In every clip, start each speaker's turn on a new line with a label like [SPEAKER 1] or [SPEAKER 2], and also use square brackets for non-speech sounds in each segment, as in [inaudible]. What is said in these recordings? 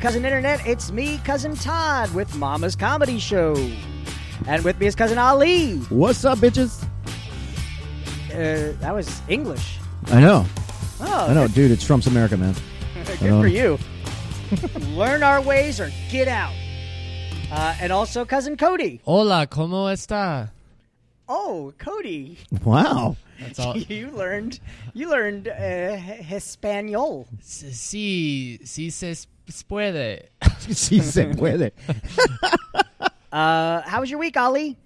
[SPEAKER 1] Cousin Internet, it's me, Cousin Todd, with Mama's Comedy Show. And with me is Cousin Ali.
[SPEAKER 2] What's up, bitches?
[SPEAKER 1] Uh, that was English.
[SPEAKER 2] I know.
[SPEAKER 1] Oh,
[SPEAKER 2] I know, dude. It's Trump's
[SPEAKER 1] [laughs]
[SPEAKER 2] America, man.
[SPEAKER 1] good
[SPEAKER 2] I know.
[SPEAKER 1] for you.
[SPEAKER 2] [laughs]
[SPEAKER 1] Learn our ways or get out. Uh, and also Cousin Cody.
[SPEAKER 3] Hola, ¿cómo está?
[SPEAKER 1] Oh, Cody,
[SPEAKER 2] [laughs] Wow.
[SPEAKER 3] That's
[SPEAKER 2] Uh,
[SPEAKER 1] [laughs]
[SPEAKER 3] all.
[SPEAKER 1] you learned you learned uh, H- Hispanol.
[SPEAKER 3] sí, sí se s- puede.
[SPEAKER 2] she
[SPEAKER 1] [laughs]
[SPEAKER 2] said, puede.
[SPEAKER 1] Uh, how was your week, Ali?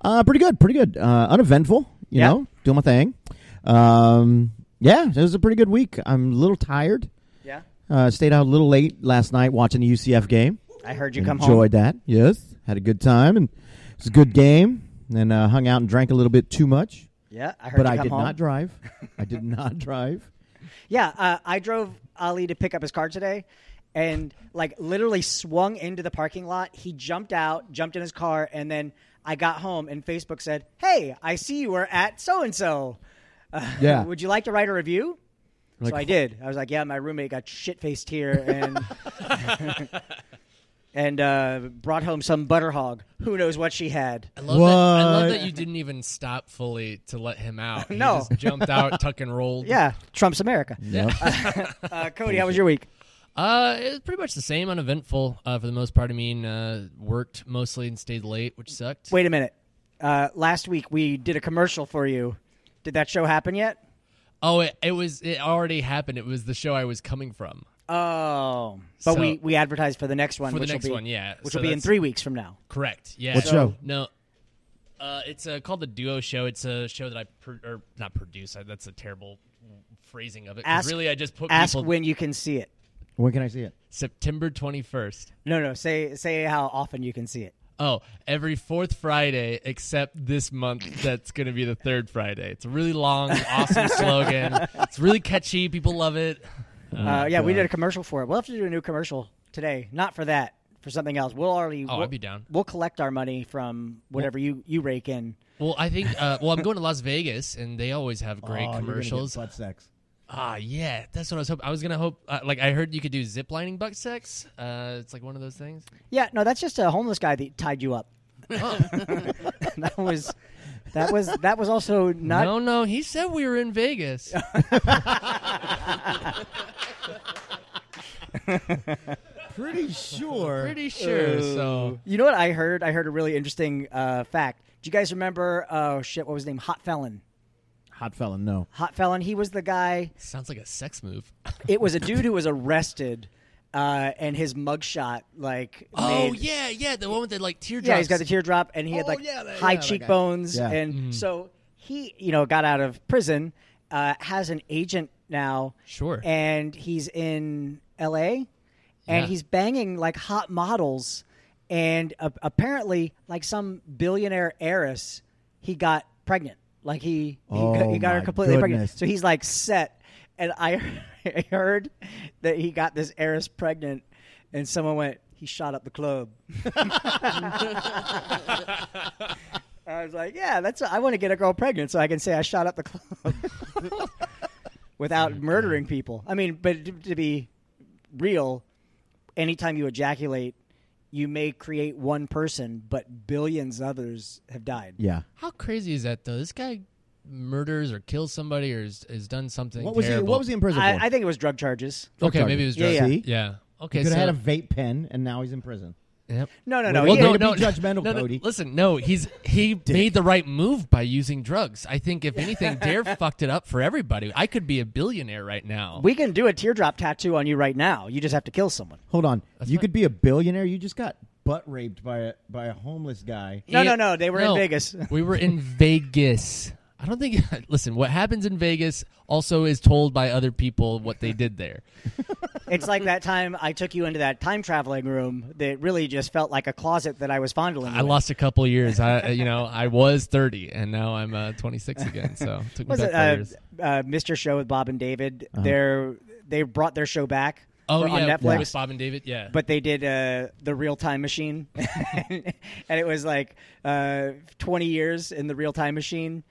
[SPEAKER 2] Uh, pretty good. Pretty good. Uh, uneventful. You
[SPEAKER 1] Yeah.
[SPEAKER 2] know, doing my thing. Um, yeah, it was a pretty good week. I'm a little tired.
[SPEAKER 1] Yeah,
[SPEAKER 2] Uh, stayed out a little late last night watching the UCF game.
[SPEAKER 1] I heard you come home.
[SPEAKER 2] Enjoyed that. Yes, had a good time and it was a good game. And uh, hung out and drank a little bit too much,
[SPEAKER 1] Yeah, I heard
[SPEAKER 2] but
[SPEAKER 1] you
[SPEAKER 2] I
[SPEAKER 1] come
[SPEAKER 2] did
[SPEAKER 1] home.
[SPEAKER 2] not drive. I did not [laughs] drive.
[SPEAKER 1] Yeah, uh, I drove Ali to pick up his car today and like literally swung into the parking lot. He jumped out, jumped in his car, and then I got home and Facebook said, Hey, I see you were at so and so.
[SPEAKER 2] Yeah.
[SPEAKER 1] Would you like to write a review?
[SPEAKER 2] Like-
[SPEAKER 1] so I did. I was like, Yeah, my roommate got shit faced here
[SPEAKER 2] [laughs]
[SPEAKER 1] and and uh, brought home some butter hog. Who knows what she
[SPEAKER 2] [laughs]
[SPEAKER 1] had?
[SPEAKER 3] I love, that, I love
[SPEAKER 2] What?
[SPEAKER 3] that you didn't even stop fully to let him
[SPEAKER 1] [laughs]
[SPEAKER 3] out. He
[SPEAKER 1] No.
[SPEAKER 3] just jumped
[SPEAKER 1] [laughs]
[SPEAKER 3] out, tuck and rolled.
[SPEAKER 1] Yeah, Trump's America. [laughs]
[SPEAKER 2] Yep.
[SPEAKER 1] Uh, Cody, how was your week?
[SPEAKER 3] Uh, it was pretty much the same, uneventful uh, for the most part. I mean, uh, worked mostly and stayed late, which sucked.
[SPEAKER 1] Wait a minute. Uh, last week we did a commercial for you. Did that show happen yet?
[SPEAKER 3] Oh, it, it was it already happened. It was the show I was coming from
[SPEAKER 1] Oh, but
[SPEAKER 3] So-
[SPEAKER 1] we we advertised for the next one.
[SPEAKER 3] for
[SPEAKER 1] which
[SPEAKER 3] the next
[SPEAKER 1] will be,
[SPEAKER 3] one. Yeah,
[SPEAKER 1] which
[SPEAKER 3] So
[SPEAKER 1] will be in
[SPEAKER 3] that's-
[SPEAKER 1] three weeks from now.
[SPEAKER 3] Correct. Yeah.
[SPEAKER 2] What show?
[SPEAKER 3] No. Uh, it's uh, called the Duo Show. It's a show that I pro- or not produce. I, that's a terrible phrasing of it. 'cause
[SPEAKER 1] Ask-
[SPEAKER 3] really, I just put
[SPEAKER 1] Ask
[SPEAKER 3] people
[SPEAKER 1] when you can see it.
[SPEAKER 2] when can I see it?
[SPEAKER 3] September twenty first.
[SPEAKER 1] No, no. Say say how often you can see it.
[SPEAKER 3] Oh, every fourth Friday except this month. That's going to be the third Friday. It's a really long,
[SPEAKER 1] [laughs]
[SPEAKER 3] awesome slogan. It's really catchy. People love it.
[SPEAKER 1] uh, yeah, we did a commercial for it. We'll have to do a new commercial today. Not for that. For something else. We'll already.
[SPEAKER 3] Oh,
[SPEAKER 1] we'll,
[SPEAKER 3] I'd be down.
[SPEAKER 1] We'll collect our money from whatever you you rake in.
[SPEAKER 3] Well, I think. Uh, well, I'm going to Las Vegas, and they always have
[SPEAKER 2] Oh,
[SPEAKER 3] great
[SPEAKER 2] you're gonna get
[SPEAKER 3] commercials.
[SPEAKER 2] butt sex.
[SPEAKER 3] Ah, yeah, that's what I was hoping. I was gonna hope. Uh, like, I heard you could do ziplining buck sex. Uh, it's like one of those things.
[SPEAKER 1] Yeah, no, that's just a homeless guy that tied you up.
[SPEAKER 3] Oh.
[SPEAKER 1] [laughs] that was. That was that was
[SPEAKER 3] [laughs]
[SPEAKER 1] also not
[SPEAKER 3] no, no, he said we were
[SPEAKER 1] [laughs]
[SPEAKER 3] in Vegas.
[SPEAKER 2] Pretty sure.
[SPEAKER 3] Pretty sure. So
[SPEAKER 1] You know what I heard? I heard a really interesting uh, fact. Do you guys remember? Oh shit, what was his name? Hot Felon.
[SPEAKER 2] Hot fella, no.
[SPEAKER 1] Hot Felon. He was the guy.
[SPEAKER 3] sounds like a sex move.
[SPEAKER 1] It was a dude who was arrested, uh, and his mugshot like.
[SPEAKER 3] Oh
[SPEAKER 1] made-
[SPEAKER 3] yeah, yeah, the one with the like teardrops.
[SPEAKER 1] Yeah, he's got the teardrop, and he had
[SPEAKER 2] Oh,
[SPEAKER 1] like
[SPEAKER 2] yeah, that-
[SPEAKER 1] high
[SPEAKER 2] yeah, that guy.
[SPEAKER 1] cheekbones,
[SPEAKER 2] Yeah.
[SPEAKER 1] and so he, you know, got out of prison, uh, has an agent now,
[SPEAKER 3] Sure.
[SPEAKER 1] and he's in L.A. and
[SPEAKER 3] Yeah.
[SPEAKER 1] he's banging like hot models, and a- apparently, like some billionaire heiress, he got pregnant. Like he, he, got- he
[SPEAKER 2] Oh,
[SPEAKER 1] got her
[SPEAKER 2] my
[SPEAKER 1] completely pregnant.
[SPEAKER 2] goodness.
[SPEAKER 1] So he's like set, and I [laughs] heard that he got this heiress pregnant, and someone went, he shot up the club. [laughs] I was like, yeah, that's I want to get a girl pregnant so I can say I shot up the club [laughs]
[SPEAKER 2] Oh,
[SPEAKER 1] without murdering people. I mean, but to, to be real, anytime you ejaculate, you may create one person, but billions others have died.
[SPEAKER 2] Yeah.
[SPEAKER 3] How crazy is that though? This guy murders or kills somebody or has, has done something.
[SPEAKER 2] What was he?
[SPEAKER 3] terrible.
[SPEAKER 2] What was he in prison for?
[SPEAKER 1] I, I think it was drug charges.
[SPEAKER 3] Okay,
[SPEAKER 2] Drug
[SPEAKER 3] maybe he was
[SPEAKER 1] charges.
[SPEAKER 3] drunk.
[SPEAKER 1] Yeah,
[SPEAKER 3] Yeah.
[SPEAKER 1] yeah.
[SPEAKER 3] Okay.
[SPEAKER 2] Could
[SPEAKER 3] so,
[SPEAKER 2] have had a vape pen, and now he's in prison.
[SPEAKER 3] yep.
[SPEAKER 1] No, no, no.
[SPEAKER 2] Well,
[SPEAKER 1] he-
[SPEAKER 2] no, don't be judgmental,
[SPEAKER 3] no, no,
[SPEAKER 2] Cody.
[SPEAKER 3] Listen, no, he's
[SPEAKER 2] [laughs]
[SPEAKER 3] he made the right move by using drugs. I think if anything,
[SPEAKER 2] [laughs]
[SPEAKER 3] Dare fucked it up for everybody. I could be a billionaire right now.
[SPEAKER 1] we can do a teardrop tattoo on you right now. You just have to kill someone.
[SPEAKER 2] Hold on, you
[SPEAKER 3] fine.
[SPEAKER 2] could be a billionaire. You just got butt raped by a by a homeless guy.
[SPEAKER 1] No,
[SPEAKER 3] It-
[SPEAKER 1] no, no, they were in
[SPEAKER 3] [laughs]
[SPEAKER 1] Vegas.
[SPEAKER 3] we were in Vegas. I don't think. [laughs] Listen, what happens in Vegas also is told by other people what they did there.
[SPEAKER 1] It's like that time I took you into that time traveling room that really just felt like a closet that I was fondling.
[SPEAKER 3] I
[SPEAKER 1] you in.
[SPEAKER 3] lost a couple years. I, you know, I was thirty, and now I'm uh, 26 again. So it took me
[SPEAKER 1] was
[SPEAKER 3] back
[SPEAKER 1] it
[SPEAKER 3] four
[SPEAKER 1] uh,
[SPEAKER 3] years.
[SPEAKER 1] uh, Mr. Show with Bob and David? They're they brought their show back
[SPEAKER 3] Oh
[SPEAKER 1] for-
[SPEAKER 3] yeah,
[SPEAKER 1] on Netflix,
[SPEAKER 3] with Bob and David. Yeah,
[SPEAKER 1] but they did uh, the real time machine, [laughs] and it was like uh, twenty years in the real time machine.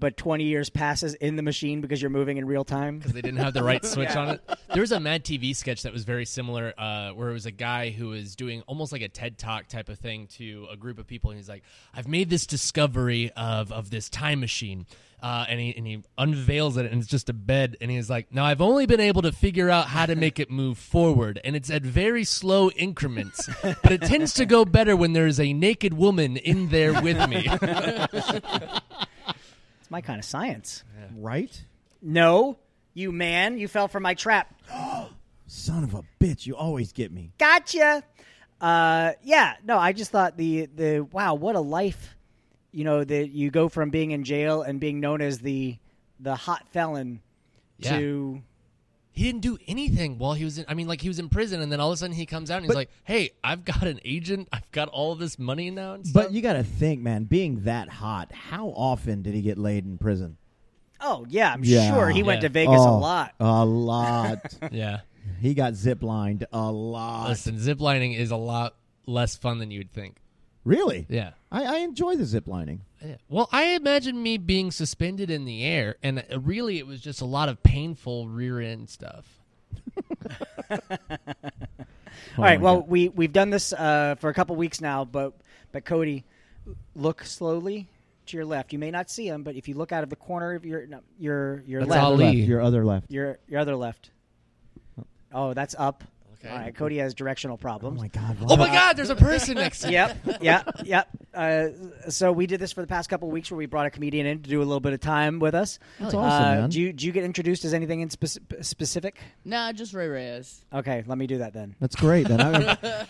[SPEAKER 1] but 20 years passes in the machine because you're moving in real time.
[SPEAKER 3] because they didn't have the right switch on it. There was a Mad TV sketch that was very similar, uh, where it was a guy who was doing almost like a TED Talk type of thing to a group of people, and he's like, "I've made this discovery of of this time machine." Uh, and he and he unveils it, and it's just a bed. And he's like, "Now I've only been able to figure out how to make it move forward, and it's at very slow increments. But it tends to go better when there is a naked woman in there with me."
[SPEAKER 1] It's my kind of science.
[SPEAKER 2] Right?
[SPEAKER 1] No, you man, you fell for my trap.
[SPEAKER 2] Son of a bitch, you always get me.
[SPEAKER 1] gotcha. Uh, yeah, no, I just thought the the wow, what a life. You know that you go from being in jail and being known as the the hot felon
[SPEAKER 3] Yeah.
[SPEAKER 1] to
[SPEAKER 3] he didn't do anything while he was in i mean like he was in prison and then all of a sudden he comes out and he's like hey i've got an agent i've got all this money now and stuff.
[SPEAKER 2] But you got to think, man, being that hot, how often did he get laid in prison?
[SPEAKER 1] oh yeah, I'm
[SPEAKER 2] Yeah.
[SPEAKER 1] sure he went
[SPEAKER 3] Yeah.
[SPEAKER 1] to Vegas a
[SPEAKER 2] Oh,
[SPEAKER 1] lot.
[SPEAKER 2] A lot.
[SPEAKER 3] [laughs] yeah
[SPEAKER 2] he got ziplined a lot.
[SPEAKER 3] listen ziplining is a lot less fun than you'd think
[SPEAKER 2] Really?
[SPEAKER 3] yeah
[SPEAKER 2] I, I enjoy the ziplining.
[SPEAKER 3] Yeah. well i imagine me being suspended in the air and uh, really it was just a lot of painful rear end stuff
[SPEAKER 1] All
[SPEAKER 2] Oh
[SPEAKER 1] right, well we we've done this uh, for a couple weeks now, but but Cody, look slowly to your left. You may not see him, but if you look out of the corner of your no, your your
[SPEAKER 3] That's
[SPEAKER 1] left,
[SPEAKER 3] all-
[SPEAKER 2] left,
[SPEAKER 3] Ali.
[SPEAKER 2] your other left.
[SPEAKER 1] your your other left. Oh, that's up.
[SPEAKER 3] Okay.
[SPEAKER 1] All right, Cody has directional
[SPEAKER 2] Oh
[SPEAKER 1] problems.
[SPEAKER 2] my god!
[SPEAKER 3] oh
[SPEAKER 2] why-
[SPEAKER 3] my god there's a person next [laughs] to
[SPEAKER 1] [laughs]
[SPEAKER 3] me
[SPEAKER 1] yep, yep, yep. Uh, so we did this for the past couple of weeks, where we brought a comedian in to do a little bit of time with us.
[SPEAKER 2] That's awesome,
[SPEAKER 1] uh,
[SPEAKER 2] man.
[SPEAKER 1] Do you do you get introduced as anything in spec- specific?
[SPEAKER 4] Nah, just Ray Reyes.
[SPEAKER 1] Okay, let me do that then.
[SPEAKER 2] That's great. Then I'm,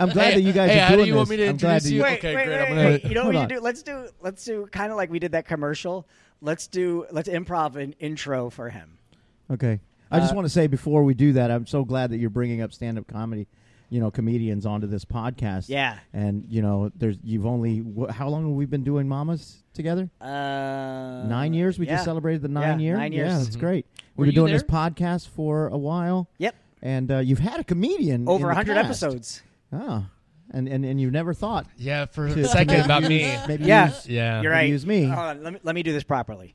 [SPEAKER 2] I'm glad
[SPEAKER 3] Hey,
[SPEAKER 2] that you guys
[SPEAKER 3] hey,
[SPEAKER 2] are
[SPEAKER 3] how do
[SPEAKER 2] doing
[SPEAKER 3] you want
[SPEAKER 2] this.
[SPEAKER 3] me to
[SPEAKER 2] I'm glad
[SPEAKER 3] introduce
[SPEAKER 2] that
[SPEAKER 3] you? Okay,
[SPEAKER 1] wait,
[SPEAKER 3] great,
[SPEAKER 1] wait,
[SPEAKER 3] I'm
[SPEAKER 1] wait,
[SPEAKER 3] gonna-
[SPEAKER 1] wait. You know what
[SPEAKER 2] Hold
[SPEAKER 1] we
[SPEAKER 2] on.
[SPEAKER 1] should do? Let's do let's do kind of like we did that commercial. Let's do let's improv an intro for him.
[SPEAKER 2] Okay. I
[SPEAKER 3] Uh,
[SPEAKER 2] just want to say before we do that, I'm so glad that you're bringing up stand-up comedy, you know, comedians onto this podcast.
[SPEAKER 1] Yeah.
[SPEAKER 2] And you know, there's you've only wh- how long have we been doing mamas together?
[SPEAKER 1] Uh,
[SPEAKER 2] nine years. We
[SPEAKER 1] yeah.
[SPEAKER 2] just celebrated the nine
[SPEAKER 1] yeah,
[SPEAKER 2] year.
[SPEAKER 1] nine
[SPEAKER 2] Yeah,
[SPEAKER 1] years.
[SPEAKER 3] Mm-hmm.
[SPEAKER 2] that's great.
[SPEAKER 3] Were
[SPEAKER 2] We've been
[SPEAKER 3] you
[SPEAKER 2] doing this
[SPEAKER 3] there?
[SPEAKER 2] podcast for a while.
[SPEAKER 1] Yep,
[SPEAKER 2] And uh, you've had a comedian in
[SPEAKER 1] over
[SPEAKER 2] the
[SPEAKER 1] hundred
[SPEAKER 2] past.
[SPEAKER 1] episodes.
[SPEAKER 2] Oh. And, and and you never thought
[SPEAKER 3] yeah for
[SPEAKER 2] to
[SPEAKER 3] a second about
[SPEAKER 2] use-
[SPEAKER 3] me
[SPEAKER 2] Maybe
[SPEAKER 1] Yeah.
[SPEAKER 2] use-
[SPEAKER 3] yeah
[SPEAKER 1] You're
[SPEAKER 2] Maybe
[SPEAKER 1] right.
[SPEAKER 2] use me.
[SPEAKER 1] Hold on, let me let me do this
[SPEAKER 2] [laughs]
[SPEAKER 1] properly.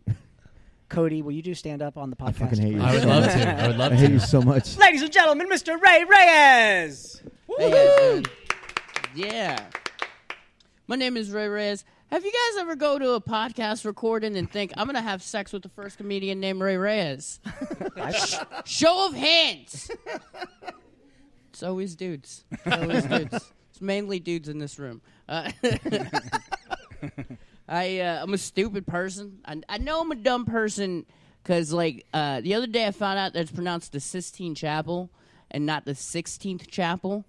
[SPEAKER 1] Cody, will you do stand up on the podcast?
[SPEAKER 2] I fucking hate you.
[SPEAKER 3] i would
[SPEAKER 2] so
[SPEAKER 3] love
[SPEAKER 2] much.
[SPEAKER 3] to i would love
[SPEAKER 2] I hate
[SPEAKER 3] to [laughs]
[SPEAKER 2] you so
[SPEAKER 1] [laughs]
[SPEAKER 2] much.
[SPEAKER 1] Ladies and gentlemen, Mr. Ray Reyes.
[SPEAKER 4] Hey, guys, man. Yeah. My name is Ray Reyes. Have you guys ever go to a podcast recording and think I'm gonna have sex with the first comedian named Ray Reyes? Show of hands. it's always dudes. It's always dudes. It's mainly dudes in this room. Uh, [laughs] I uh, I'm a stupid person. I, I know I'm a dumb person because like uh, the other day I found out that it's pronounced the Sistine Chapel and not the Sixteenth Chapel.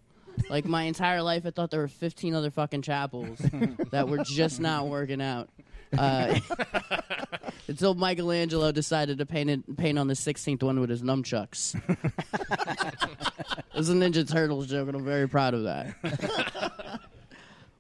[SPEAKER 4] Like my entire life, I thought there were 15 other fucking chapels that were just not working out. Uh, until Michelangelo decided to paint it, paint on the 16th one with his nunchucks. it was a Ninja Turtles joke, and I'm very proud of that.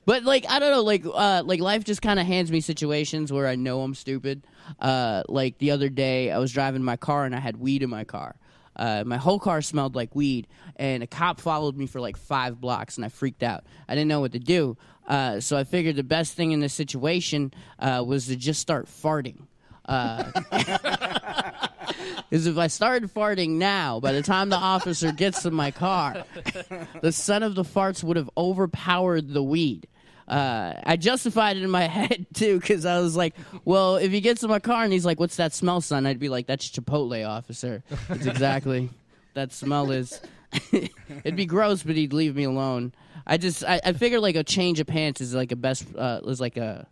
[SPEAKER 4] But like I don't know, like uh, like life just kind of hands me situations where I know I'm stupid. Uh, like the other day, I was driving my car and I had weed in my car. Uh, my whole car smelled like weed, and a cop followed me for like five blocks, and I freaked out. I didn't know what to do, uh, so I figured the best thing in this situation uh, was to just start farting. [laughs] Because if I started farting now, by the time the officer gets to my car, the scent of the farts would have overpowered the weed. Uh, I justified it in my [laughs] head too, because I was like, "Well, if he gets in my car and he's like, what's that smell, son?' I'd be like, "That's Chipotle, officer. It's exactly that smell is. [laughs] It'd be gross, but he'd leave me alone. I just, I, I figure like a change of pants is like a best, uh, is like a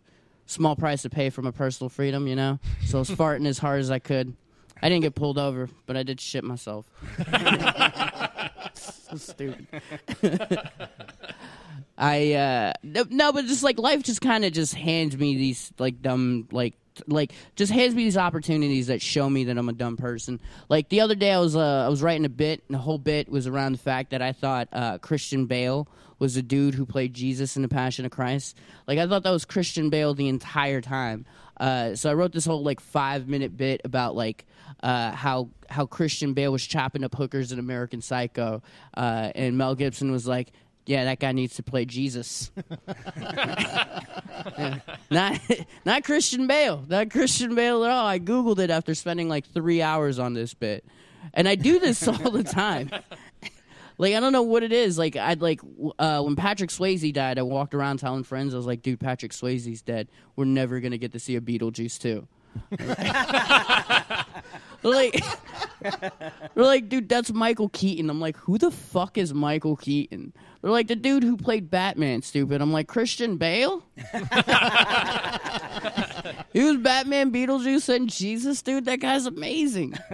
[SPEAKER 4] small price to pay for my personal freedom, you know. So I was farting as hard as I could. I didn't get pulled over, but I did shit myself. [laughs] so stupid. I uh no, no, but just like life just kind of just hands me these like dumb like like just hands me these opportunities that show me that I'm a dumb person. Like the other day, I was uh, I was writing a bit, and the whole bit was around the fact that I thought uh, Christian Bale was the dude who played Jesus in the Passion of Christ. Like I thought that was Christian Bale the entire time. Uh, so I wrote this whole like five minute bit about like uh, how how Christian Bale was chopping up hookers in American Psycho, uh, and Mel Gibson was like, yeah, that guy needs to play Jesus. [laughs] Yeah. Not [laughs] not Christian Bale. Not Christian Bale at all. I googled it after spending like 3 hours on this bit. And I do this [laughs] all the time. Like I don't know what it is. Like I'd like w- uh, when Patrick Swayze died, I walked around telling friends I was like, "Dude, Patrick Swayze's dead. We're never gonna get to see a Beetlejuice too." like [laughs] they're like, dude, that's Michael Keaton. I'm like, who the fuck is Michael Keaton? They're like, the dude who played Batman, stupid. I'm like, Christian Bale? [laughs] he was Batman, Beetlejuice, and Jesus, dude. That guy's amazing. [laughs]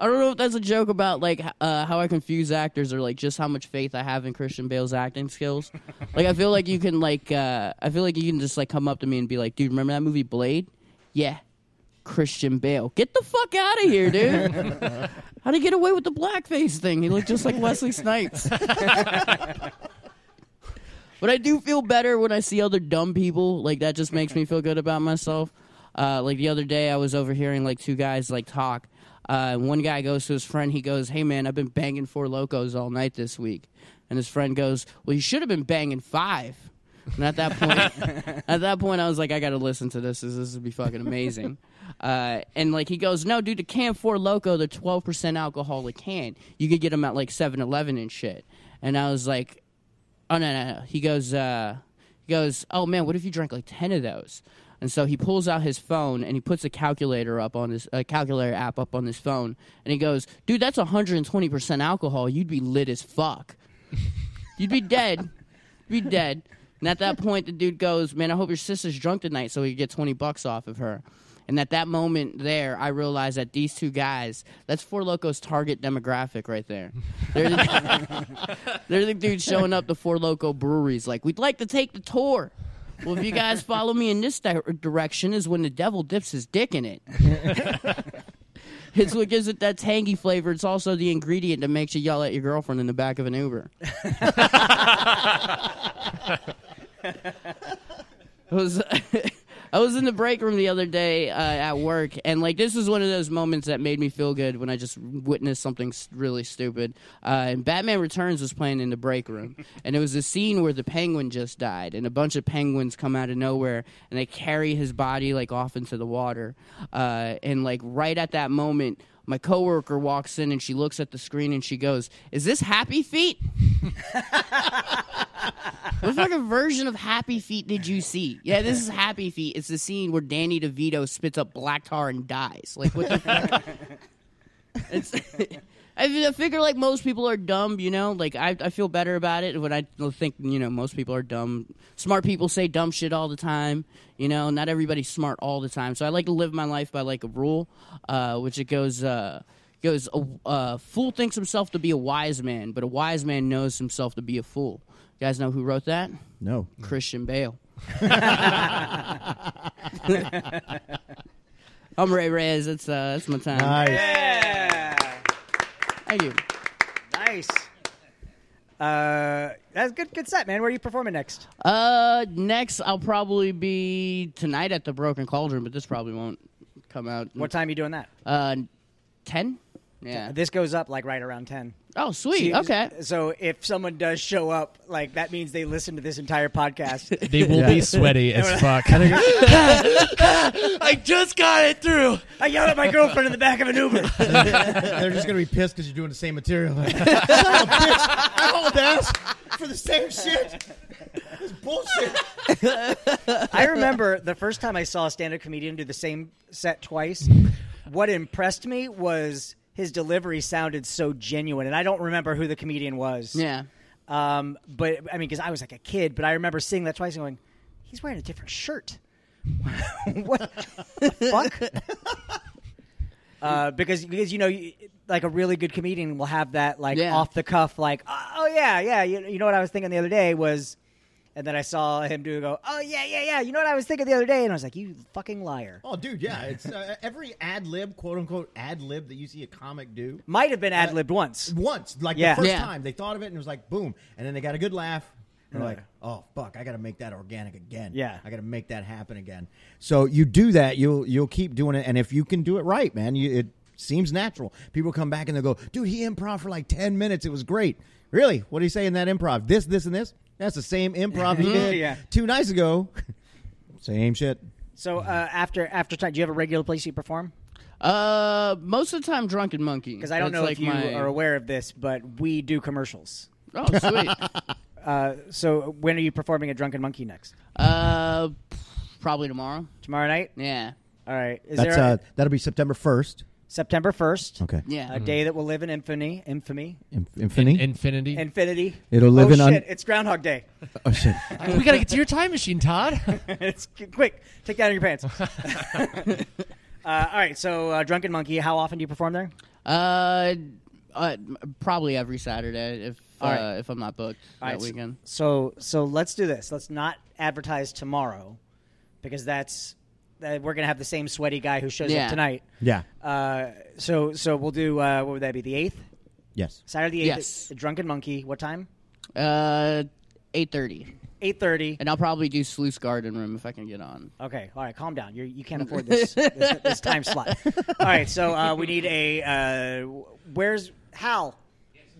[SPEAKER 4] I don't know if that's a joke about like h- uh, how I confuse actors or like just how much faith I have in Christian Bale's acting skills. Like I feel like you can like uh, I feel like you can just like come up to me and be like, dude, remember that movie Blade? Yeah, Christian Bale. Get the fuck out of here, dude. How'd he get away with the blackface thing? He looked just like Wesley Snipes. but I do feel better when I see other dumb people. Like that just makes me feel good about myself. Uh, like the other day, I was overhearing like two guys like talk. Uh, and one guy goes to his friend. He goes, "Hey man, I've been banging four locos all night this week." And his friend goes, "Well, you should have been banging five. And at that point, at that point, I was like, I got to listen to this. This, this would be fucking amazing. Uh, and like he goes, no, dude, the can four loco, the twelve percent alcoholic can, you could get them at like 7-Eleven and shit. And I was like, oh no, no, no. He goes, uh, he goes, oh man, what if you drank like ten of those? And so he pulls out his phone and he puts a calculator up on his a calculator app up on his phone, and he goes, dude, that's 120 percent alcohol. You'd be lit as fuck. You'd be dead. You'd be dead. And at that point, the dude goes, "Man, I hope your sister's drunk tonight, so we get twenty bucks off of her." And at that moment, there, I realized that these two guys—that's Four Locos' target demographic right there. They're the, they're the dudes showing up to Four Loco breweries, like, "We'd like to take the tour." Well, if you guys follow me in this di- direction, is when the devil dips his dick in it. [laughs] It's what gives it that tangy flavor. It's also the ingredient that makes you yell at your girlfriend in the back of an Uber. [laughs] I was I was in the break room the other day uh, at work, and like this is one of those moments that made me feel good when I just witnessed something s- really stupid. Uh, and Batman Returns was playing in the break room, and it was a scene where the penguin just died, and a bunch of penguins come out of nowhere and they carry his body like off into the water, uh, and like right at that moment. My coworker walks in and she looks at the screen and she goes, "Is this Happy Feet?" What fucking version of Happy Feet did you see? Yeah, this is Happy Feet. It's the scene where Danny DeVito spits up black tar and dies. Like what the fuck? It's, I, mean, I figure like most people are dumb, you know. Like I, I feel better about it when I think you know most people are dumb. Smart people say dumb shit all the time, you know. Not everybody's smart all the time, so I like to live my life by like a rule, uh, which it goes. Uh, Goes a uh, fool thinks himself to be a wise man, but a wise man knows himself to be a fool. You guys know who wrote that?
[SPEAKER 2] No.
[SPEAKER 1] Mm.
[SPEAKER 4] Christian Bale. I'm Ray Reyes. That's uh, that's my time.
[SPEAKER 2] Nice.
[SPEAKER 1] [laughs] Yeah.
[SPEAKER 4] Thank you.
[SPEAKER 1] Nice. Uh, that's good. Good set, man. Where are you performing next?
[SPEAKER 4] Uh, next I'll probably be tonight at the Broken Cauldron, but this probably won't come out.
[SPEAKER 1] What time are you doing that?
[SPEAKER 4] Uh,
[SPEAKER 2] Uh,
[SPEAKER 4] ten. Yeah.
[SPEAKER 1] This goes up like right around ten.
[SPEAKER 4] Oh, sweet. Okay.
[SPEAKER 1] So if someone does show up, like that means they listen to this entire podcast.
[SPEAKER 3] They will be
[SPEAKER 2] Yeah.
[SPEAKER 3] sweaty [laughs] as fuck. [laughs] I just got it through.
[SPEAKER 1] I yelled at my girlfriend in the back of an Uber.
[SPEAKER 2] They're just gonna be pissed because you're doing the same material. [laughs] Like, Son of a bitch! I don't ask for the same shit. It's bullshit.
[SPEAKER 1] I remember the first time I saw a stand-up comedian do the same set twice. What impressed me was his delivery sounded so genuine, and I don't remember who the comedian was.
[SPEAKER 4] Yeah.
[SPEAKER 1] Um, but I mean, because I was like a kid, but I remember seeing that twice and going, "He's wearing a different shirt." [laughs] what the fuck? uh, because because you know, you, like a really good comedian will have that like
[SPEAKER 4] Yeah.
[SPEAKER 1] off the cuff, like, "Oh yeah, yeah." You, you know what I was thinking the other day was, and then I saw him do it, go, "Oh yeah, yeah, yeah." You know what I was thinking the other day, and I was like, "You fucking liar."
[SPEAKER 2] Oh, dude, yeah. It's uh, every ad lib, quote unquote ad lib that you see a comic do.
[SPEAKER 1] Might have been ad libbed once.
[SPEAKER 2] Once, like
[SPEAKER 1] Yeah.
[SPEAKER 2] the first
[SPEAKER 4] Yeah.
[SPEAKER 2] time, they thought of it and it was like, boom, and then they got a good laugh. And they're like, oh fuck, I got to make that organic again.
[SPEAKER 1] Yeah.
[SPEAKER 2] I got to make that happen again. So you do that, you'll you'll keep doing it, and if you can do it right, man, you, it seems natural. People come back and they go, dude, he improv for like 10 minutes. It was great. Really? What did he say in that improv? This, this, and this? That's the same improv he did
[SPEAKER 1] [laughs] Yeah.
[SPEAKER 2] two nights ago. [laughs] same shit.
[SPEAKER 1] So uh, after after time, do you have a regular place you perform?
[SPEAKER 4] Uh, most of the time, drunken monkey.
[SPEAKER 1] Because I don't
[SPEAKER 4] That's
[SPEAKER 1] know if
[SPEAKER 4] like
[SPEAKER 1] you
[SPEAKER 4] my-
[SPEAKER 1] are aware of this, but we do commercials.
[SPEAKER 4] Oh, sweet.
[SPEAKER 1] [laughs] Uh, so when are you performing at Drunken Monkey next?
[SPEAKER 4] uh, probably tomorrow.
[SPEAKER 1] Tomorrow night.
[SPEAKER 4] Yeah,
[SPEAKER 1] All right. Is
[SPEAKER 2] That's
[SPEAKER 1] there a,
[SPEAKER 2] uh, that'll be September first.
[SPEAKER 1] September first?
[SPEAKER 2] Okay. Mm-hmm.
[SPEAKER 4] yeah.
[SPEAKER 1] A day that will live in infamy, infamy,
[SPEAKER 2] In-
[SPEAKER 3] In-
[SPEAKER 2] Infinity.
[SPEAKER 3] Infinity.
[SPEAKER 1] infinity.
[SPEAKER 2] It'll live
[SPEAKER 1] oh,
[SPEAKER 2] in un-
[SPEAKER 1] shit! it's Groundhog Day. [laughs]
[SPEAKER 2] oh shit!
[SPEAKER 3] we gotta get to your time machine, Todd.
[SPEAKER 1] it's quick. Take that out of your pants. [laughs] uh, all right. So uh, Drunken Monkey. How often do you perform there?
[SPEAKER 4] Uh, uh, m- probably every Saturday if
[SPEAKER 1] All right.
[SPEAKER 4] uh, if I'm not booked
[SPEAKER 1] All
[SPEAKER 4] that
[SPEAKER 1] right, s-
[SPEAKER 4] weekend.
[SPEAKER 1] So so let's do this. Let's not advertise tomorrow because that's that we're gonna have the same sweaty guy who shows
[SPEAKER 4] Yeah.
[SPEAKER 1] up tonight.
[SPEAKER 2] Yeah.
[SPEAKER 1] [laughs] Uh, so so we'll do uh, what would that be? The eighth,
[SPEAKER 2] Yes.
[SPEAKER 1] Saturday the eighth.
[SPEAKER 4] Yes.
[SPEAKER 1] Drunken Monkey. What time?
[SPEAKER 4] Uh, eight thirty,
[SPEAKER 1] Eight thirty.
[SPEAKER 4] and I'll probably do Sluice Garden Room if I can get on.
[SPEAKER 1] Okay. All right. Calm down. You're, you can't afford this, this [laughs] this time slot. All right. So uh, we need a uh, where's Hal?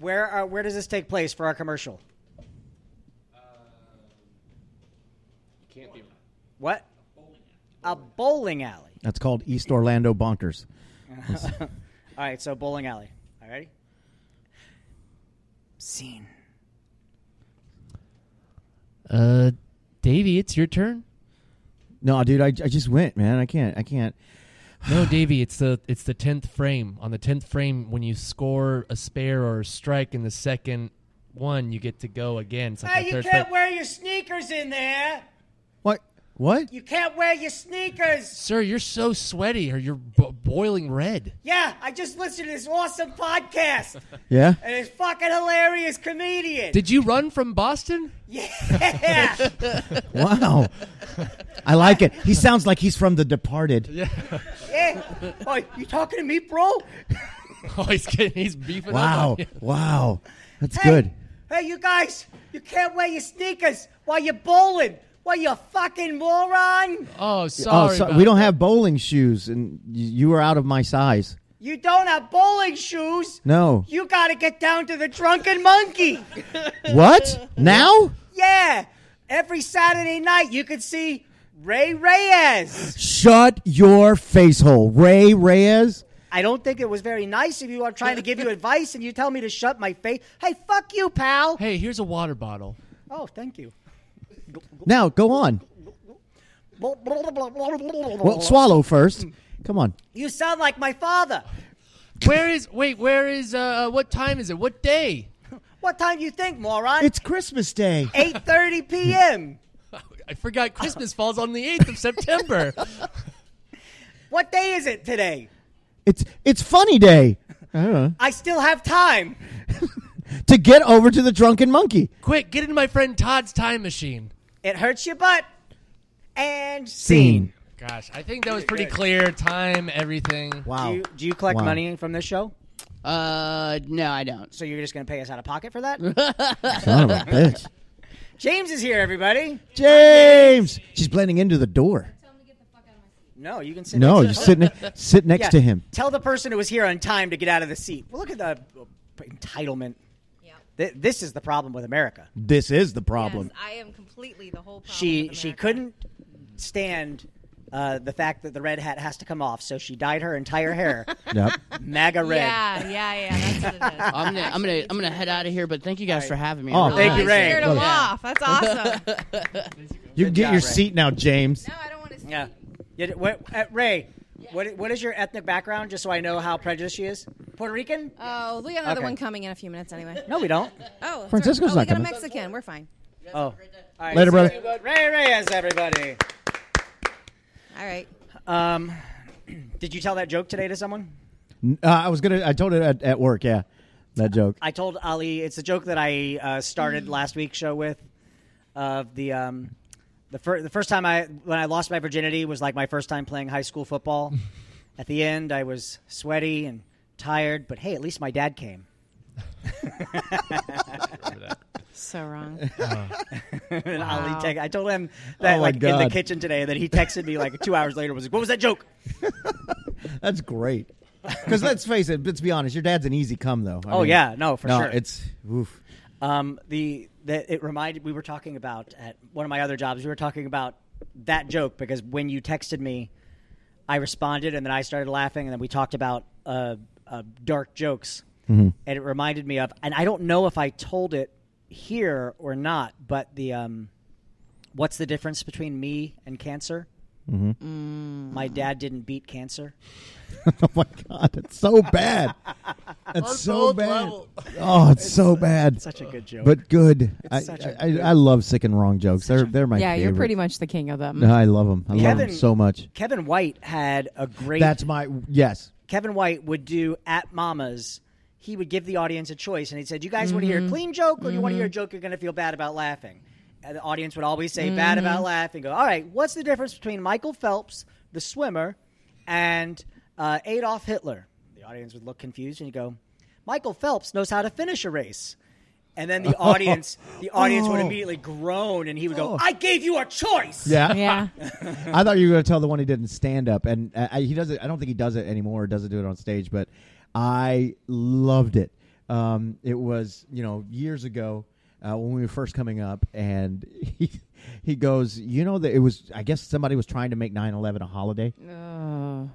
[SPEAKER 1] Where are, where does this take place for our commercial? Uh,
[SPEAKER 3] Can't be.
[SPEAKER 1] What? A bowling alley.
[SPEAKER 2] That's called East Orlando Bonkers.
[SPEAKER 1] All right, so bowling alley. All righty. Scene.
[SPEAKER 3] [laughs] Uh, Davy, it's your turn.
[SPEAKER 2] No, dude, I, I just went, man. I can't. I can't.
[SPEAKER 3] [sighs] No, Davy, it's the it's the tenth frame. On the tenth frame, when you score a spare or a strike in the second one, you get to go again. It's like the third frame.
[SPEAKER 1] wear your sneakers in there.
[SPEAKER 2] What? What?
[SPEAKER 1] You can't wear your sneakers.
[SPEAKER 3] Sir, you're so sweaty, or you're bo- boiling red.
[SPEAKER 1] Yeah, I just listened to this awesome podcast,
[SPEAKER 2] Yeah.
[SPEAKER 1] and it's fucking hilarious comedian.
[SPEAKER 3] Did you run from Boston?
[SPEAKER 1] yeah.
[SPEAKER 2] Wow. I like it. He sounds like he's from The Departed.
[SPEAKER 1] yeah. Oh, you talking to me, bro?
[SPEAKER 3] [laughs] Oh, he's getting, he's beefing [laughs]
[SPEAKER 2] Wow.
[SPEAKER 3] up. on you.
[SPEAKER 2] Wow. That's good.
[SPEAKER 1] Hey, you guys, you can't wear your sneakers while you're bowling. While you fucking moron.
[SPEAKER 3] Oh, sorry.
[SPEAKER 2] oh, so
[SPEAKER 3] about
[SPEAKER 2] we don't
[SPEAKER 3] that.
[SPEAKER 2] have bowling shoes, and y- you are out of my size.
[SPEAKER 1] You don't have bowling shoes.
[SPEAKER 2] No.
[SPEAKER 1] You gotta get down to the drunken monkey.
[SPEAKER 2] What? Now?
[SPEAKER 1] Yeah, every Saturday night you can see Ray Reyes.
[SPEAKER 2] Shut your face hole, Ray Reyes.
[SPEAKER 1] I don't think it was very nice of you. I'm trying to give you advice, and you tell me to shut my face. Hey, fuck you, pal.
[SPEAKER 3] Hey, here's a water bottle.
[SPEAKER 1] Oh, thank you.
[SPEAKER 2] Now go on. Well, swallow first. Come on.
[SPEAKER 1] You sound like my father.
[SPEAKER 3] Where is? Wait, where is? Uh, what time is it? What day?
[SPEAKER 1] What time do you think, moron?
[SPEAKER 2] It's Christmas Day.
[SPEAKER 1] 8:30 p.m.
[SPEAKER 3] I forgot Christmas falls on the eighth of
[SPEAKER 2] [laughs]
[SPEAKER 3] September.
[SPEAKER 1] What day is it today?
[SPEAKER 2] It's it's funny day.
[SPEAKER 1] I still have time.
[SPEAKER 2] To get over to the drunken monkey.
[SPEAKER 3] Quick, get into my friend Todd's time machine.
[SPEAKER 1] It hurts your butt. And scene.
[SPEAKER 2] Scene.
[SPEAKER 3] Gosh, I think that was pretty clear. Time, everything.
[SPEAKER 1] Do
[SPEAKER 2] Wow.
[SPEAKER 1] you, do you collect
[SPEAKER 2] Wow.
[SPEAKER 1] money from this show?
[SPEAKER 4] Uh, no, I don't.
[SPEAKER 1] So you're just going to pay us out of pocket for that?
[SPEAKER 2] [laughs]
[SPEAKER 1] [laughs]
[SPEAKER 2] Son of a bitch.
[SPEAKER 1] James is here, everybody.
[SPEAKER 2] James. She's blending into the door.
[SPEAKER 5] Tell him to get the fuck out of my seat.
[SPEAKER 1] No, you can sit.
[SPEAKER 2] No, you
[SPEAKER 1] next to
[SPEAKER 2] sit [laughs] ne- sit next
[SPEAKER 1] Yeah,
[SPEAKER 2] to him.
[SPEAKER 1] Tell the person who was here on time to get out of the seat. Well, look at the uh, entitlement.
[SPEAKER 5] Yeah.
[SPEAKER 1] Th- This is the problem with America.
[SPEAKER 2] This is the problem.
[SPEAKER 5] Yes, I am completely the whole problem.
[SPEAKER 1] She
[SPEAKER 5] with
[SPEAKER 1] she
[SPEAKER 5] America.
[SPEAKER 1] couldn't stand uh, the fact that the red hat has to come off, so she dyed her
[SPEAKER 5] [laughs]
[SPEAKER 1] entire hair
[SPEAKER 2] Yep.
[SPEAKER 1] MAGA red.
[SPEAKER 5] Yeah, yeah, yeah. That's what
[SPEAKER 1] [laughs]
[SPEAKER 5] it is.
[SPEAKER 4] I'm gonna I'm gonna I'm gonna head out of here. But thank you guys for having me. I
[SPEAKER 2] Oh,
[SPEAKER 4] really
[SPEAKER 1] thank you,
[SPEAKER 4] appreciate
[SPEAKER 1] Ray.
[SPEAKER 4] it.
[SPEAKER 5] Scared him
[SPEAKER 4] Yeah.
[SPEAKER 5] off.
[SPEAKER 1] [laughs]
[SPEAKER 5] That's awesome. no,
[SPEAKER 2] [laughs] You can get
[SPEAKER 1] job, Ray.
[SPEAKER 2] your seat now, James.
[SPEAKER 5] I don't want to.
[SPEAKER 1] Yeah. You d- what, uh, Ray, what what is your ethnic background? Just so I know how prejudiced she is. Puerto Rican?
[SPEAKER 5] Oh, we got another
[SPEAKER 1] Okay.
[SPEAKER 5] one coming in a few minutes anyway.
[SPEAKER 1] No, we don't.
[SPEAKER 5] Oh, that's
[SPEAKER 2] Francisco's
[SPEAKER 5] right. oh,
[SPEAKER 2] not
[SPEAKER 5] we got a
[SPEAKER 2] coming.
[SPEAKER 5] Mexican. We're fine.
[SPEAKER 1] Oh. All right,
[SPEAKER 2] Later,
[SPEAKER 1] so-
[SPEAKER 2] brother.
[SPEAKER 1] Ray Reyes, everybody.
[SPEAKER 5] All right.
[SPEAKER 1] Um, [clears throat] did you tell that joke today to someone?
[SPEAKER 2] Uh, I was gonna. I told it at, at work. Yeah, that joke.
[SPEAKER 1] I told Ali it's a joke that I uh, started
[SPEAKER 2] Mm.
[SPEAKER 1] last week's show with. Of the um, the, fir- the first time I when I lost my virginity was like my first time playing high school
[SPEAKER 2] [laughs]
[SPEAKER 1] football. at the end, I was sweaty and tired, but hey, at least my dad came. [laughs]
[SPEAKER 5] So
[SPEAKER 2] [laughs]
[SPEAKER 5] wrong.
[SPEAKER 1] and Ali, te- I told him that
[SPEAKER 2] Oh, my
[SPEAKER 1] like in the
[SPEAKER 2] God.
[SPEAKER 1] kitchen today. That he texted me like two hours later was like, "What was that joke?"
[SPEAKER 2] [laughs] [laughs] That's great. Because let's face it, let's be honest. Your dad's an easy come though. [laughs] I
[SPEAKER 1] Oh, yeah, no, for sure.
[SPEAKER 2] It's oof.
[SPEAKER 1] Um, the that it reminded we were talking about at one of my other jobs. We were talking about that joke because when you texted me, I responded and then I started laughing and then we talked about uh, uh, dark jokes
[SPEAKER 2] Mm-hmm.
[SPEAKER 1] and it reminded me of and I don't know if I told it here or not, but the um, what's the difference between me and cancer?
[SPEAKER 2] Mm-hmm.
[SPEAKER 1] My dad didn't beat cancer.
[SPEAKER 2] [laughs] Oh my god, it's so [laughs] bad. It's so bad. Oh, it's so bad.
[SPEAKER 1] Such a good joke.
[SPEAKER 2] But good. I,
[SPEAKER 1] such a
[SPEAKER 2] I, I love sick and wrong jokes. They're they're my
[SPEAKER 6] yeah, you're
[SPEAKER 2] favorite.
[SPEAKER 6] pretty much the king of
[SPEAKER 2] [laughs]
[SPEAKER 6] them.
[SPEAKER 2] No, I love them. I love them
[SPEAKER 1] Kevin-
[SPEAKER 2] so much.
[SPEAKER 1] Kevin White had a great.
[SPEAKER 2] That's my yes.
[SPEAKER 1] Kevin White would do at Mama's. He would give the audience a choice, and he said, "You guys want to
[SPEAKER 6] Mm-hmm.
[SPEAKER 1] hear a clean joke, or do you want to hear a joke you're going to feel bad about laughing?" And the audience would always say
[SPEAKER 6] Mm-hmm.
[SPEAKER 1] "bad about laughing." Go, all right. What's the difference between Michael Phelps, the swimmer, and uh, Adolf Hitler? The audience would look confused, and you go, "Michael Phelps knows how to finish a race." And
[SPEAKER 6] [laughs]
[SPEAKER 1] then the audience, the audience would immediately groan, and he would go, "I gave you a choice."
[SPEAKER 2] [laughs] Yeah.
[SPEAKER 1] [laughs]
[SPEAKER 6] Oh. Yeah.
[SPEAKER 2] I thought you were going to tell the one he did in stand up, and uh, I, he does it. I don't think he does it anymore. or Doesn't do it on stage, but I loved it. Um, it was you know years ago uh, when we were first coming up, and [laughs] he he goes, you know that it was. I guess somebody was trying to make 9-11 a holiday,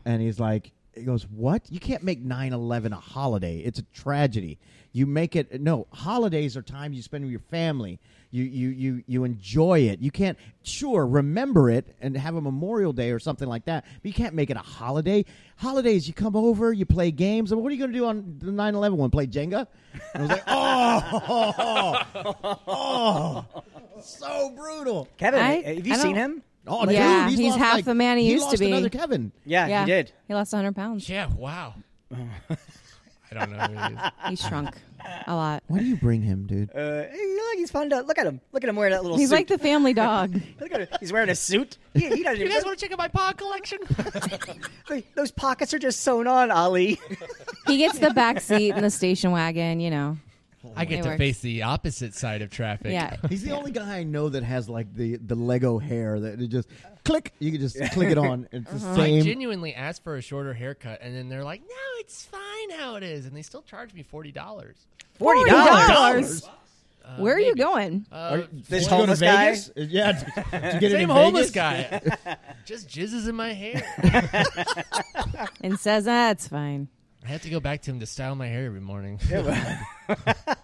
[SPEAKER 2] and he's like. He goes, What? You can't make 9 11 a holiday. It's a tragedy. You make it, no, holidays are time you spend with your family. You, you, you, you enjoy it. You can't, sure, remember it and have a Memorial Day or something like that, but you can't make it a holiday. Holidays, you come over, you play games. I mean, what are you going to do on the 9 11 one? Play Jenga? And I was like, Oh, [laughs] oh, so brutal.
[SPEAKER 1] Kevin,
[SPEAKER 6] I-
[SPEAKER 1] have you
[SPEAKER 6] I
[SPEAKER 1] seen
[SPEAKER 6] don't-
[SPEAKER 1] him?
[SPEAKER 2] Oh,
[SPEAKER 6] Yeah,
[SPEAKER 2] dude, he's,
[SPEAKER 6] he's
[SPEAKER 2] lost,
[SPEAKER 6] half
[SPEAKER 2] like-
[SPEAKER 6] the man he used to
[SPEAKER 2] lost
[SPEAKER 6] be.
[SPEAKER 2] Another Kevin.
[SPEAKER 1] Yeah, he did.
[SPEAKER 6] He lost 100 pounds.
[SPEAKER 3] Yeah, wow. I don't know who it is.
[SPEAKER 6] He shrunk a lot.
[SPEAKER 2] Why do you bring him, dude?
[SPEAKER 1] Uh, hey, look, he's fun to look at him. Look at him wearing that little.
[SPEAKER 6] He's
[SPEAKER 1] suit.
[SPEAKER 6] like the
[SPEAKER 2] [laughs]
[SPEAKER 6] family dog.
[SPEAKER 1] Look at him. He's wearing a suit. He, he doesn't.
[SPEAKER 3] You guys
[SPEAKER 1] even,
[SPEAKER 3] want to check out my pod collection?
[SPEAKER 1] those pockets are just sewn on, Ali. [laughs]
[SPEAKER 6] He gets the back seat in the station wagon, you know.
[SPEAKER 3] [laughs] I get
[SPEAKER 6] It
[SPEAKER 3] to
[SPEAKER 6] works.
[SPEAKER 3] face the opposite side of traffic.
[SPEAKER 6] Yeah.
[SPEAKER 2] He's the only guy I know that has like the the Lego hair that it just click. You can just click it on. It's the
[SPEAKER 1] Uh-huh.
[SPEAKER 3] I
[SPEAKER 2] same.
[SPEAKER 3] genuinely asked for a shorter haircut, and then they're like, "No, it's fine how it is," and they still charge me forty dollars.
[SPEAKER 1] Forty
[SPEAKER 6] $40. Where are you
[SPEAKER 3] maybe.
[SPEAKER 6] going?
[SPEAKER 3] Uh,
[SPEAKER 1] This
[SPEAKER 2] Did you go to
[SPEAKER 1] homeless guy.
[SPEAKER 2] Vegas? Yeah. Did you
[SPEAKER 3] [laughs]
[SPEAKER 2] get it in
[SPEAKER 3] same homeless
[SPEAKER 2] Vegas?
[SPEAKER 3] guy just jizzes in my hair.
[SPEAKER 6] And says, that's fine.
[SPEAKER 3] I have to go back to him to style my hair every morning.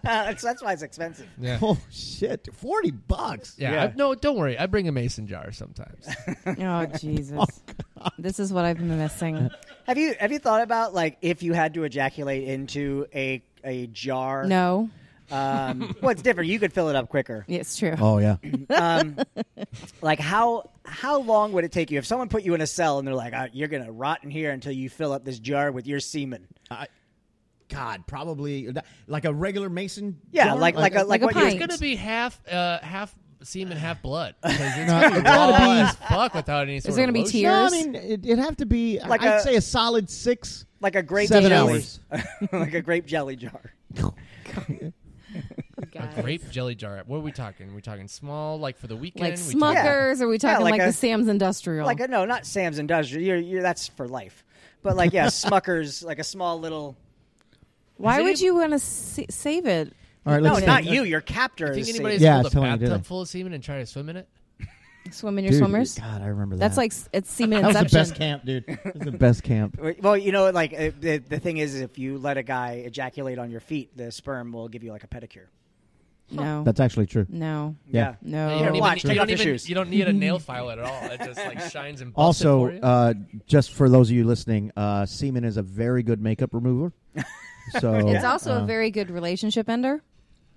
[SPEAKER 1] that's, that's why it's expensive.
[SPEAKER 3] yeah.
[SPEAKER 2] [laughs] Oh shit! Forty bucks.
[SPEAKER 3] [laughs] Yeah,
[SPEAKER 1] Yeah.
[SPEAKER 3] I- no, don't worry. I bring a mason jar sometimes.
[SPEAKER 6] Oh, Jesus. This is what I've been missing.
[SPEAKER 1] Have you have you thought about like if you had to ejaculate into a a jar?
[SPEAKER 6] No,
[SPEAKER 1] Um, well, it's different. You could fill it up quicker.
[SPEAKER 6] it's true.
[SPEAKER 2] Oh
[SPEAKER 3] [clears throat]
[SPEAKER 2] yeah.
[SPEAKER 1] Like how how long would it take you if someone put you in a cell and they're like, uh, "You're gonna rot in here until you fill up this jar with your semen."
[SPEAKER 2] I, God, probably that- like a regular mason.
[SPEAKER 1] Yeah,
[SPEAKER 2] jar?
[SPEAKER 1] like like a
[SPEAKER 6] Like
[SPEAKER 1] like,
[SPEAKER 6] a
[SPEAKER 1] what you
[SPEAKER 6] pint.
[SPEAKER 3] It's gonna be half, uh, half semen, half blood.
[SPEAKER 2] [laughs]
[SPEAKER 3] 'cause It's
[SPEAKER 2] No,
[SPEAKER 3] gonna be
[SPEAKER 2] it's gotta
[SPEAKER 3] raw
[SPEAKER 2] be-
[SPEAKER 3] as fuck without any sort
[SPEAKER 6] gonna
[SPEAKER 3] of
[SPEAKER 6] be
[SPEAKER 3] lotion.
[SPEAKER 6] tear-
[SPEAKER 2] No, I
[SPEAKER 6] Years.
[SPEAKER 2] mean it, it'd have to be.
[SPEAKER 1] Like
[SPEAKER 2] I'd
[SPEAKER 1] a-
[SPEAKER 2] say a solid six.
[SPEAKER 1] like a grape
[SPEAKER 2] Seven
[SPEAKER 1] jelly,
[SPEAKER 2] hours.
[SPEAKER 1] [laughs] like a grape jelly jar.
[SPEAKER 3] A grape jelly jar. What are we talking? Are we talking small, like for the weekend?
[SPEAKER 6] Like
[SPEAKER 3] We talking-
[SPEAKER 6] Smuckers? Are we talking
[SPEAKER 1] like
[SPEAKER 6] like,
[SPEAKER 1] a-
[SPEAKER 6] the Sam's Industrial?
[SPEAKER 1] like a, no, not Sam's Industrial. You're, you're that's for life. But like
[SPEAKER 2] [laughs]
[SPEAKER 1] yeah, Smucker's like a small little.
[SPEAKER 6] Why
[SPEAKER 3] Is
[SPEAKER 6] would
[SPEAKER 3] any-
[SPEAKER 6] you want to sa- save it?
[SPEAKER 2] All right,
[SPEAKER 1] No,
[SPEAKER 2] let's
[SPEAKER 1] not
[SPEAKER 2] think.
[SPEAKER 1] you. Your captor.
[SPEAKER 3] think
[SPEAKER 1] is
[SPEAKER 3] anybody's
[SPEAKER 1] safe.
[SPEAKER 2] Yeah, I
[SPEAKER 3] filled
[SPEAKER 2] was
[SPEAKER 3] a
[SPEAKER 2] telling you, didn't I?
[SPEAKER 3] bathtub full of semen and try to swim in it?
[SPEAKER 6] Swim in your
[SPEAKER 2] Dude,
[SPEAKER 6] swimmers?
[SPEAKER 2] God, I remember that.
[SPEAKER 6] That's like s- it's semen
[SPEAKER 2] that was the
[SPEAKER 6] inception.
[SPEAKER 2] best camp,
[SPEAKER 1] [laughs]
[SPEAKER 2] dude. That was the best camp.
[SPEAKER 1] Well, you know, like uh, the the thing is, if you let a guy ejaculate on your feet, the sperm will give you like a pedicure.
[SPEAKER 6] No,
[SPEAKER 2] That's actually true.
[SPEAKER 1] Mm,
[SPEAKER 6] no,
[SPEAKER 2] Yeah.
[SPEAKER 6] no.
[SPEAKER 3] You don't, even,
[SPEAKER 1] Watch,
[SPEAKER 3] you,
[SPEAKER 1] take off
[SPEAKER 3] don't
[SPEAKER 1] your
[SPEAKER 3] even,
[SPEAKER 1] shoes.
[SPEAKER 3] you don't need a
[SPEAKER 1] [laughs]
[SPEAKER 3] nail file at all. It just like shines and buffs it
[SPEAKER 2] Also,
[SPEAKER 3] for you.
[SPEAKER 2] uh, just for those of you listening, uh, semen is a very good makeup remover. So
[SPEAKER 6] It's also
[SPEAKER 2] uh,
[SPEAKER 6] a very good relationship ender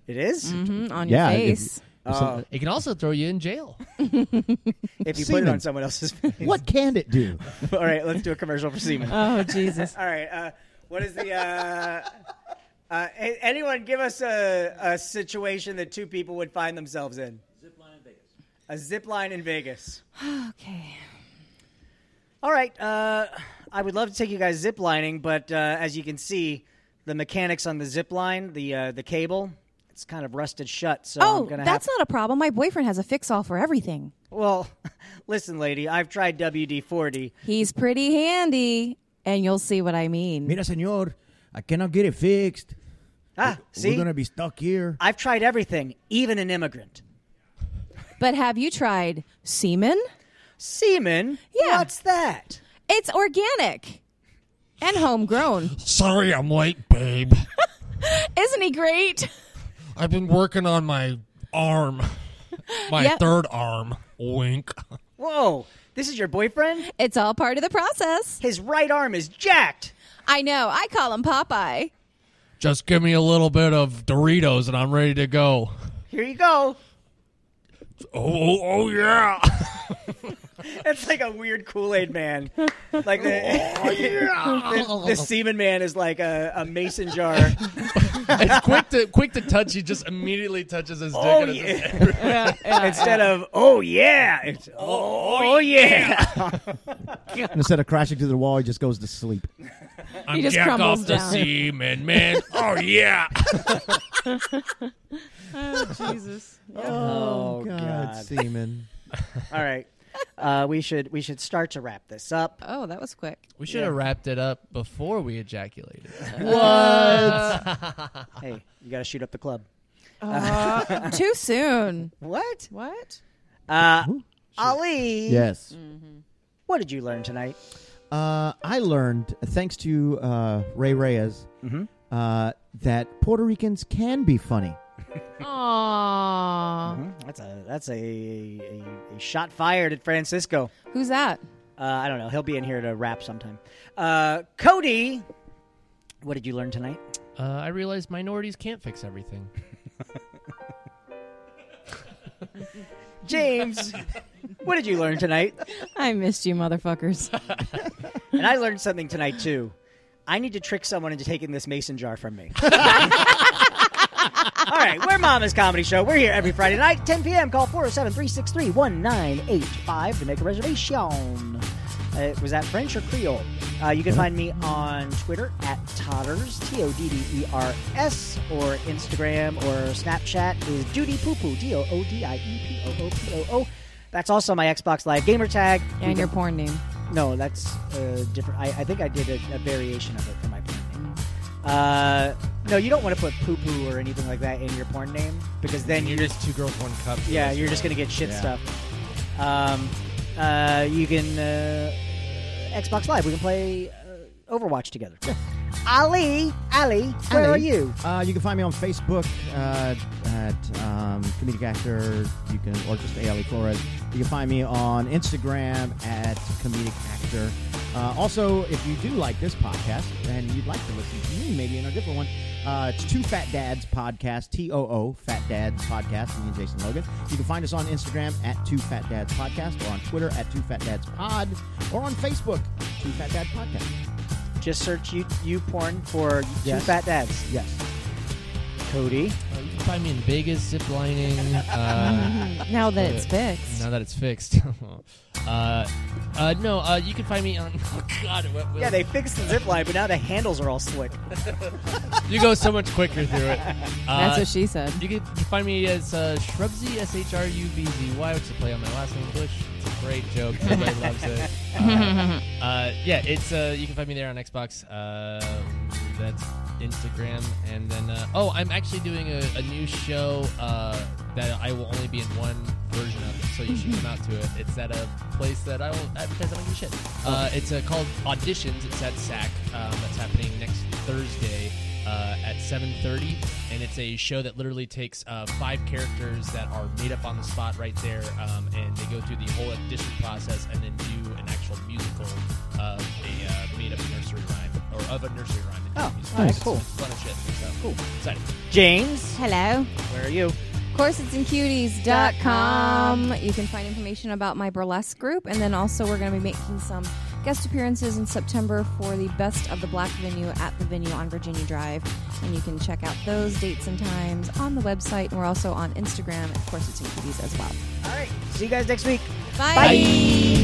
[SPEAKER 1] It is?
[SPEAKER 2] Mm.
[SPEAKER 6] Mhm, on
[SPEAKER 2] Yeah,
[SPEAKER 6] your
[SPEAKER 2] if-
[SPEAKER 6] face.
[SPEAKER 2] if some-
[SPEAKER 3] it can also throw you in jail.
[SPEAKER 1] If you put
[SPEAKER 2] Semen.
[SPEAKER 1] it on someone else's
[SPEAKER 2] [laughs]
[SPEAKER 1] face.
[SPEAKER 2] what can it do?
[SPEAKER 1] All right, let's do a commercial for semen. [laughs]
[SPEAKER 6] oh Jesus!
[SPEAKER 1] All right, uh, what is the?
[SPEAKER 2] [laughs]
[SPEAKER 1] Uh, uh, a- anyone give us a, a situation that two people would find themselves in? A zip line in Vegas.
[SPEAKER 6] Okay.
[SPEAKER 1] All right. Uh, I would love to take you guys zip lining, but uh, as you can see, the mechanics on the zip line, the uh, the cable, it's kind of rusted shut. So
[SPEAKER 6] Oh,
[SPEAKER 1] I'm gonna
[SPEAKER 6] that's
[SPEAKER 1] have,
[SPEAKER 6] not a problem. My boyfriend has a fix-all for everything.
[SPEAKER 1] [laughs] well. Listen, lady, I've tried WD forty.
[SPEAKER 6] He's pretty handy. and you'll see what I
[SPEAKER 2] [laughs]
[SPEAKER 6] mean.
[SPEAKER 2] Mira, senor, I cannot get it fixed.
[SPEAKER 1] Ah,
[SPEAKER 2] We're
[SPEAKER 1] see,
[SPEAKER 2] gonna be stuck here.
[SPEAKER 1] I've tried everything, even an immigrant.
[SPEAKER 6] But have you tried semen?
[SPEAKER 1] Semen?
[SPEAKER 6] Yeah.
[SPEAKER 1] What's that?
[SPEAKER 6] It's organic and homegrown.
[SPEAKER 3] Sorry, I'm late, babe.
[SPEAKER 6] Isn't he great?
[SPEAKER 3] I've been working on my arm, my
[SPEAKER 6] Yeah.
[SPEAKER 3] third arm. Wink.
[SPEAKER 1] Whoa, this is your boyfriend?
[SPEAKER 6] It's all part of the process.
[SPEAKER 1] His right arm is jacked.
[SPEAKER 6] I know. I call him Popeye.
[SPEAKER 3] Just give me a little bit of Doritos and I'm ready to go.
[SPEAKER 1] Here you go.
[SPEAKER 3] Oh, oh, oh yeah.
[SPEAKER 1] It's like a weird Kool Aid man. Like
[SPEAKER 2] [laughs]
[SPEAKER 1] the, [laughs]
[SPEAKER 2] Oh,
[SPEAKER 1] the, the semen man is like a, a mason jar.
[SPEAKER 3] [laughs] it's quick to quick to touch. He just immediately touches his dick.
[SPEAKER 1] Oh,
[SPEAKER 3] and it's just-
[SPEAKER 1] yeah. Instead of, oh, yeah. It's, oh, oh, yeah.
[SPEAKER 2] And instead of crashing to the wall, he just goes to sleep.
[SPEAKER 3] I'm
[SPEAKER 6] just
[SPEAKER 3] jack
[SPEAKER 6] crumbles
[SPEAKER 3] off the
[SPEAKER 6] down.
[SPEAKER 3] semen, man. Oh yeah.
[SPEAKER 5] Jesus.
[SPEAKER 1] Oh, God.
[SPEAKER 2] semen.
[SPEAKER 1] All right. Uh, we should we should start to wrap this up.
[SPEAKER 6] Oh, that was quick.
[SPEAKER 3] We should have wrapped it up before we ejaculated.
[SPEAKER 1] Hey, you got to shoot up the club.
[SPEAKER 6] Too soon.
[SPEAKER 1] What?
[SPEAKER 5] What?
[SPEAKER 1] Uh, Ali,
[SPEAKER 2] Yes.
[SPEAKER 1] what did you learn tonight?
[SPEAKER 2] Uh, I learned, thanks to uh, Ray Reyes, uh, that Puerto Ricans can be funny.
[SPEAKER 6] Aww.
[SPEAKER 1] That's a that's a, a, a shot fired at Francisco.
[SPEAKER 6] Who's that?
[SPEAKER 1] Uh, I don't know. He'll be in here to rap sometime. Uh, Cody, what did you learn tonight?
[SPEAKER 3] Uh, I realized minorities can't fix everything.
[SPEAKER 1] James, what did you learn tonight?
[SPEAKER 6] I missed you, motherfuckers.
[SPEAKER 1] And I learned something tonight too. I need to trick someone into taking this mason jar from
[SPEAKER 6] [laughs]
[SPEAKER 1] me. All right, we're Mama's Comedy Show. We're here every Friday night, 10 p.m. Call 407 363 1985 to make a reservation. Uh, was that French or Creole? Uh, you can find me on Twitter at Todders, T O D D E R S, or Instagram or Snapchat is Duty Poo Poo, D O O D I E P O O P O O. That's also my Xbox Live gamer tag. You
[SPEAKER 6] and
[SPEAKER 1] can
[SPEAKER 6] your porn name.
[SPEAKER 1] no, that's uh, different. I, I think I did a, a variation of it for my porn name. Uh, no, you don't want to put poo poo or anything like that in your porn name because then you're,
[SPEAKER 3] just two girls, one cup.
[SPEAKER 1] yeah, you're just gonna get shit stuff. Um, uh, you can uh, Xbox Live. We can play uh, Overwatch together. [laughs] Ali, Ali, where
[SPEAKER 2] Ali.
[SPEAKER 1] are you?
[SPEAKER 2] Uh, you can find me on Facebook uh, at um, comedic actor. You can or just Ali Flores. You can find me on Instagram at comedic actor. Uh, also, if you do like this podcast and you'd like to listen to me, maybe in a different one, uh, it's Two Fat Dads Podcast, T O O Fat Dads Podcast, me and Jason Logan. You can find us on Instagram at Two Fat Dads Podcast or on Twitter at Two Fat Dads Pod or on Facebook, Two Fat Dad Podcast.
[SPEAKER 1] Just search you you porn for
[SPEAKER 2] Yes.
[SPEAKER 1] two fat dads.
[SPEAKER 2] Yes.
[SPEAKER 1] Cody,
[SPEAKER 3] Uh, you can find me in Vegas ziplining. Uh,
[SPEAKER 6] Now that it's fixed.
[SPEAKER 3] now that it's fixed. [laughs] uh, uh, no, uh, you can find me on. [laughs] Oh God, it went-
[SPEAKER 1] yeah, they fixed the zip line, but now the handles are all slick.
[SPEAKER 3] You go so much quicker through it.
[SPEAKER 6] That's
[SPEAKER 3] Uh,
[SPEAKER 6] what she said.
[SPEAKER 3] You can find me as uh, Shrubzy, S H R U B Z Y, which is a play on my last name, Bush. It's a great joke. Everybody loves it. Uh, uh, yeah, it's uh, you can find me there on Xbox. Uh, that's Instagram, and then uh, oh, I'm actually doing a, a new show uh, that I will only be in one version of, so you should come out to it. It's at a place that I will advertise. I don't give a shit. Uh, it's uh, called Auditions. It's at SAC. Um, that's happening next Thursday uh, at 7.30 and it's a show that literally takes uh, five characters that are made up on the spot right there um, and they go through the whole audition process and then do an actual musical of a uh, made-up nursery rhyme or of a nursery rhyme and do
[SPEAKER 1] Oh,
[SPEAKER 3] a musical.
[SPEAKER 1] alright,
[SPEAKER 3] It's
[SPEAKER 1] cool.
[SPEAKER 3] fun as shit so
[SPEAKER 1] Cool.
[SPEAKER 3] excited
[SPEAKER 1] James,
[SPEAKER 6] Hello.
[SPEAKER 1] where are you?
[SPEAKER 6] corsetsandcuties.com. You can find information about my burlesque group, and then also we're going to be making some guest appearances in September for the Best of the Black venue at the venue on Virginia Drive. And you can check out those dates and times on the website, and we're also on Instagram at Corsets and Cuties as well.
[SPEAKER 1] All right. See you guys next week.
[SPEAKER 6] Bye.